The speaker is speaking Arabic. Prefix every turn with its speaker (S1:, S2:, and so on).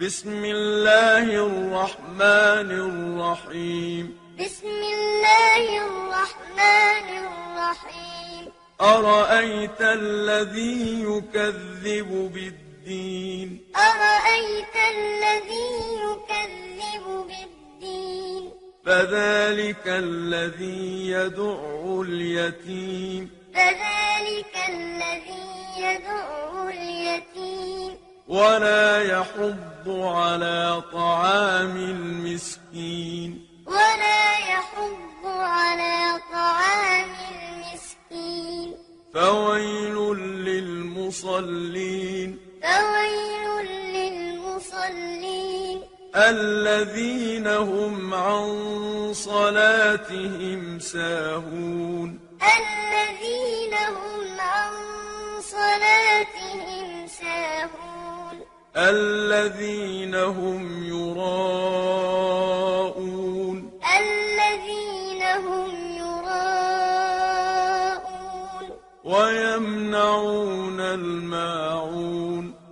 S1: بسم الله الرحمن الرحيم
S2: بسم الله الرحمن الرحيم
S1: أرأيت الذي يكذب بالدين
S2: أرأيت الذي يكذب بالدين
S1: فذلك الذي يدع اليتيم
S2: فذلك الذي يدعو اليتيم
S1: ولا يحض على طعام المسكين
S2: ولا يحض على طعام المسكين
S1: فويل للمصلين
S2: فويل للمصلين
S1: الذين هم عن صلاتهم ساهون
S2: الذين هم عن صلاتهم ساهون
S1: الذين هم يراءون
S2: الذين هم يراءون
S1: ويمنعون الماعون